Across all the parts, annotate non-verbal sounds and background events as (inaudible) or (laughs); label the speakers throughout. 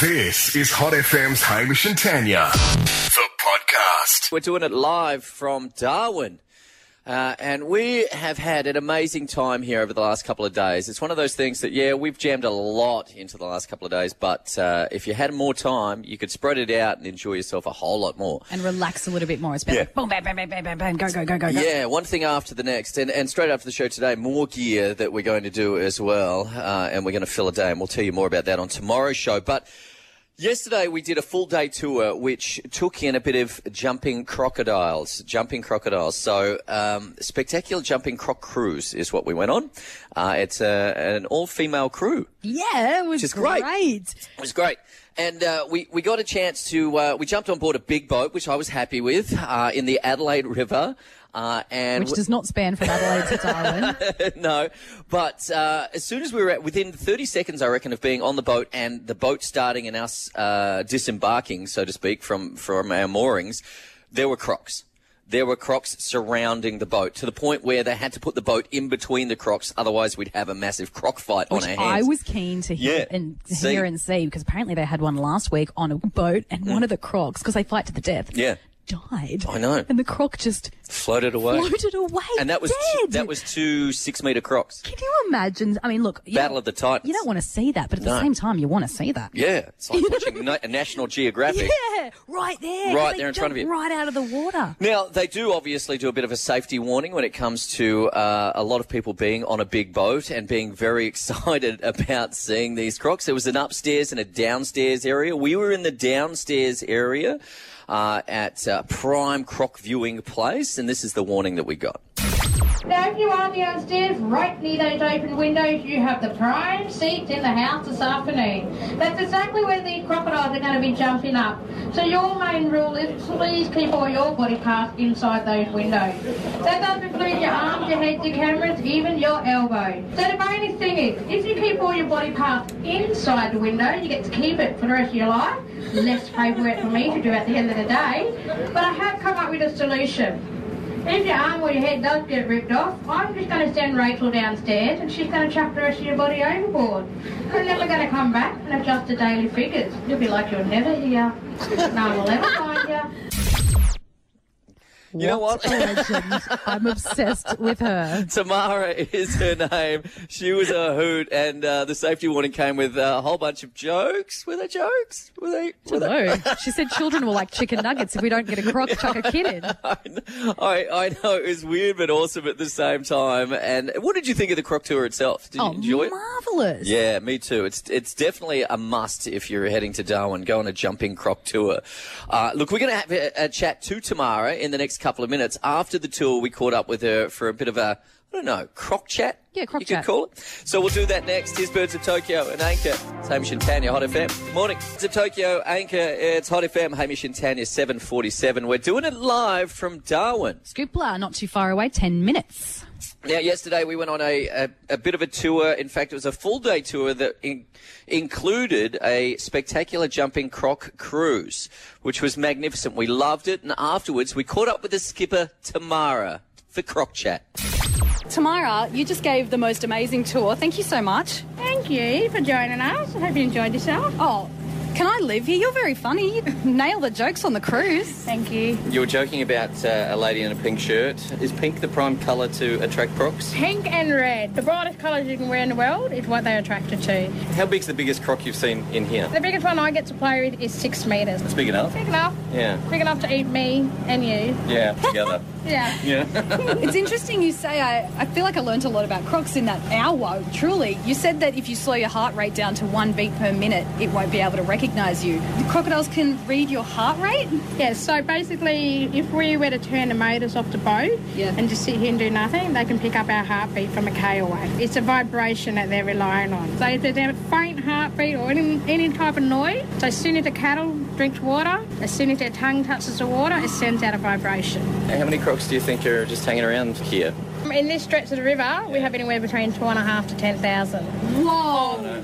Speaker 1: This is Hot FM's Hamish and Tanya, the podcast.
Speaker 2: We're doing it live from Darwin. Uh, and we have had an amazing time here over the last couple of days. It's one of those things that, yeah, we've jammed a lot into the last couple of days, but uh, if you had more time, you could spread it out and enjoy yourself a whole lot more.
Speaker 3: and relax a little bit more. It's better.
Speaker 2: Yeah.
Speaker 3: Boom, bam, bam, bam, bam, bam, bam. Go, go, go, go, go.
Speaker 2: Yeah, one thing after the next, and, and straight after the show today, more gear that we're going to do as well, uh, and we're going to fill a day, and we'll tell you more about that on tomorrow's show. But yesterday we did a full day tour, which took in a bit of jumping crocodiles, jumping crocodiles. So um, spectacular jumping croc cruise is what we went on. Uh, it's a, an all-female crew.
Speaker 3: Yeah, it was
Speaker 2: is great.
Speaker 3: great.
Speaker 2: It was great. And uh, we, we got a chance to, uh, we jumped on board a big boat, which I was happy with, uh, in the Adelaide River. Uh, and
Speaker 3: Which does not span from Adelaide to
Speaker 2: (laughs)
Speaker 3: Darwin.
Speaker 2: no, but uh, as soon as we were at, within 30 seconds, I reckon, of being on the boat and the boat starting and us uh, disembarking, so to speak, from from our moorings, there were crocs. There were crocs surrounding the boat to the point where they had to put the boat in between the crocs, otherwise we'd have a massive croc fight
Speaker 3: Which
Speaker 2: on our
Speaker 3: I
Speaker 2: hands.
Speaker 3: was keen to hear
Speaker 2: Yeah.
Speaker 3: and
Speaker 2: See?
Speaker 3: hear and see because apparently they had one last week on a boat and one of the crocs because they fight to the death.
Speaker 2: Mm. Yeah.
Speaker 3: Died.
Speaker 2: I know.
Speaker 3: And the croc just
Speaker 2: floated away,
Speaker 3: floated away.
Speaker 2: and that was
Speaker 3: dead.
Speaker 2: that was two six meter crocs.
Speaker 3: Can you imagine? I mean, look. You
Speaker 2: Battle
Speaker 3: don't-
Speaker 2: of the Titans.
Speaker 3: You don't want to see that, but at
Speaker 2: No.
Speaker 3: the same time, you want to see that.
Speaker 2: Yeah, it's like watching na- National Geographic.
Speaker 3: (laughs) Yeah, right there. 'cause
Speaker 2: Right
Speaker 3: they
Speaker 2: there in front of
Speaker 3: jump
Speaker 2: you.
Speaker 3: Right out of the water.
Speaker 2: Now, they do obviously do a bit of a safety warning when it comes to uh, a lot of people being on a big boat and being very (laughs) excited about seeing these crocs. There was an upstairs and a downstairs area. We were in the downstairs area uh, at uh, Prime Croc Viewing Place, and this is the warning that we got.
Speaker 4: Now, if you are downstairs, right near those open windows, you have the prime seats in the house this afternoon. That's exactly where the crocodiles are going to be jumping up. So your main rule is please keep all your body parts inside those windows. That does include your arms, your head, your cameras, even your elbow. So the bonus thing is, if you keep all your body parts inside the window, you get to keep it for the rest of your life. Less paperwork for me to do at the end of the day. But I have come up with a solution. If your arm or your head does get ripped off, I'm just going to send Rachel downstairs and she's going to chuck the rest of your body overboard. You're never going to come back and adjust the daily figures. You'll be like you're never here. No one will ever find you.
Speaker 2: You know what?
Speaker 3: a legend. I'm obsessed with her.
Speaker 2: (laughs) Tamara is her name. She was a hoot, and uh, the safety warning came with uh, a whole bunch of jokes. Were they jokes? Were they? Were
Speaker 3: (laughs)
Speaker 2: they?
Speaker 3: Hello. She said children were like chicken nuggets. If we don't get a croc, chuck a kid in.
Speaker 2: (laughs) I, I know it was weird but awesome at the same time. And what did you think of the Croc Tour itself? Did
Speaker 3: Oh,
Speaker 2: you enjoy it?
Speaker 3: marvelous.
Speaker 2: Yeah, me too. It's it's definitely a must if you're heading to Darwin. Go on a jumping croc tour. Uh, look, we're going to have a, a chat to Tamara in the next couple of minutes. After the tour, we caught up with her for a bit of a I don't know croc chat.
Speaker 3: Yeah, croc
Speaker 2: you
Speaker 3: chat.
Speaker 2: could call it. So we'll do that next. Here's Birds of Tokyo and Anchor. It's Hamish and Tanya, Hot FM. Good morning. Birds of Tokyo, Anchor. It's Hot FM. Hamish and Tanya, seven forty-seven. We're doing it live from Darwin.
Speaker 3: Scoopla, not too far away, 10 minutes.
Speaker 2: Now, yesterday we went on a, a, a bit of a tour. In fact, it was a full day tour that in, included a spectacular jumping croc cruise, which was magnificent. We loved it. And afterwards, we caught up with the skipper, Tamara, for Croc Chat.
Speaker 5: Tamara, you just gave the most amazing tour. Thank you so much.
Speaker 6: Thank you for joining us. I hope you enjoyed yourself.
Speaker 5: Oh, can I live here? You're very funny. You nail the jokes on the cruise.
Speaker 6: Thank you.
Speaker 2: You were joking about uh, a lady in a pink shirt. Is pink the prime colour to attract crocs?
Speaker 6: Pink and red, the brightest colours you can wear in the world, is what they're attracted to.
Speaker 2: How big's the biggest croc you've seen in here?
Speaker 6: The biggest one I get to play with is six metres.
Speaker 2: It's big enough.
Speaker 6: Big enough.
Speaker 2: Yeah.
Speaker 6: Big enough to eat me and you.
Speaker 2: Yeah, together.
Speaker 6: Yeah.
Speaker 5: It's interesting you say I, I feel like I learnt a lot about crocs in that hour, truly. You said that if you slow your heart rate down to one beat per minute, it won't be able to recognise you. The crocodiles can read your heart rate?
Speaker 6: Yeah, so basically, if we were to turn the motors off the boat
Speaker 5: Yeah.
Speaker 6: and just sit here and do nothing, they can pick up our heartbeat from a K away. It's a vibration that they're relying on. So if there's a faint heartbeat or any, any type of noise, so as soon as the cattle drinks water, as soon as their tongue touches the water, it sends out a vibration.
Speaker 2: How many crocs do you think are just hanging around here?
Speaker 6: In this stretch of the river, we have anywhere between two and a half to ten thousand.
Speaker 5: Whoa!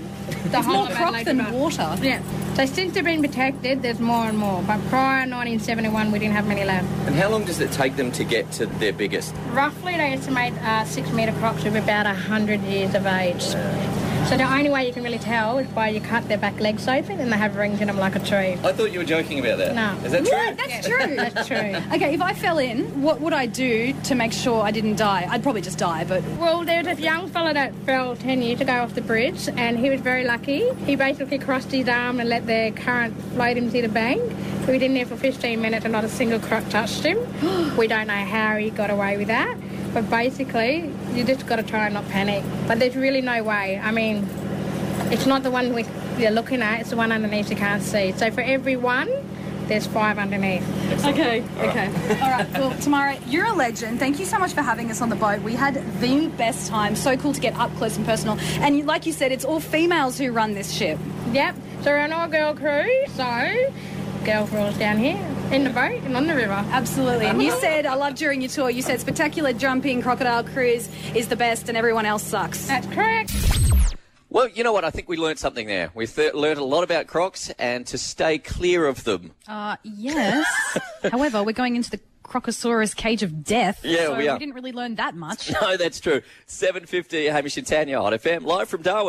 Speaker 6: The whole
Speaker 5: More
Speaker 6: of
Speaker 5: croc
Speaker 6: Adelaide
Speaker 5: than
Speaker 6: River.
Speaker 5: water.
Speaker 6: Yeah. So since they've been protected, there's more and more. But prior 1971, we didn't have many left.
Speaker 2: And how long does it take them to get to their biggest?
Speaker 6: Roughly, they estimate uh, six metre crocs of about 100 years of age. So the only way you can really tell is by you cut their back legs open and they have rings in them like a tree.
Speaker 2: I thought you were joking about that.
Speaker 6: No.
Speaker 2: Is that true?
Speaker 5: What? That's true.
Speaker 6: That's true.
Speaker 5: Okay, if I fell in, what would I do to make sure I didn't die? I'd probably just die, but
Speaker 6: (laughs) Well, there was a young fella that fell 10 years ago off the bridge, and he was very lucky. He basically crossed his arm and let the current float him to the bank. We was in there for 15 minutes and not a single croc touched him. (gasps) we don't know how he got away with that, but basically, you just got to try and not panic. But there's really no way. I mean, it's not the one we, you're looking at, it's the one underneath you can't see. So for every one, there's five underneath.
Speaker 5: Okay, okay. All right, well, Tamara, you're a legend. Thank you so much for having us on the boat. We had the best time. So cool to get up close and personal. And you- like you said, it's all females who run this ship.
Speaker 6: Yep, so we're an all girl crew, so girl rules down here, in the boat and on the river.
Speaker 5: Absolutely. And you said, I love during your tour, you said spectacular jumping, crocodile cruise is the best and everyone else sucks.
Speaker 6: That's correct.
Speaker 2: Well, you know what? I think we learned something there. We th- learned a lot about crocs and to stay clear of them. (laughs)
Speaker 3: Uh,
Speaker 5: (laughs)
Speaker 3: yes. However, we're going into the Crocosaurus cage of death.
Speaker 2: Yeah,
Speaker 3: so
Speaker 2: we are.
Speaker 3: didn't really learn that much.
Speaker 2: No, that's true. 7.50, Hamish and Tanya on FM, live from Darwin.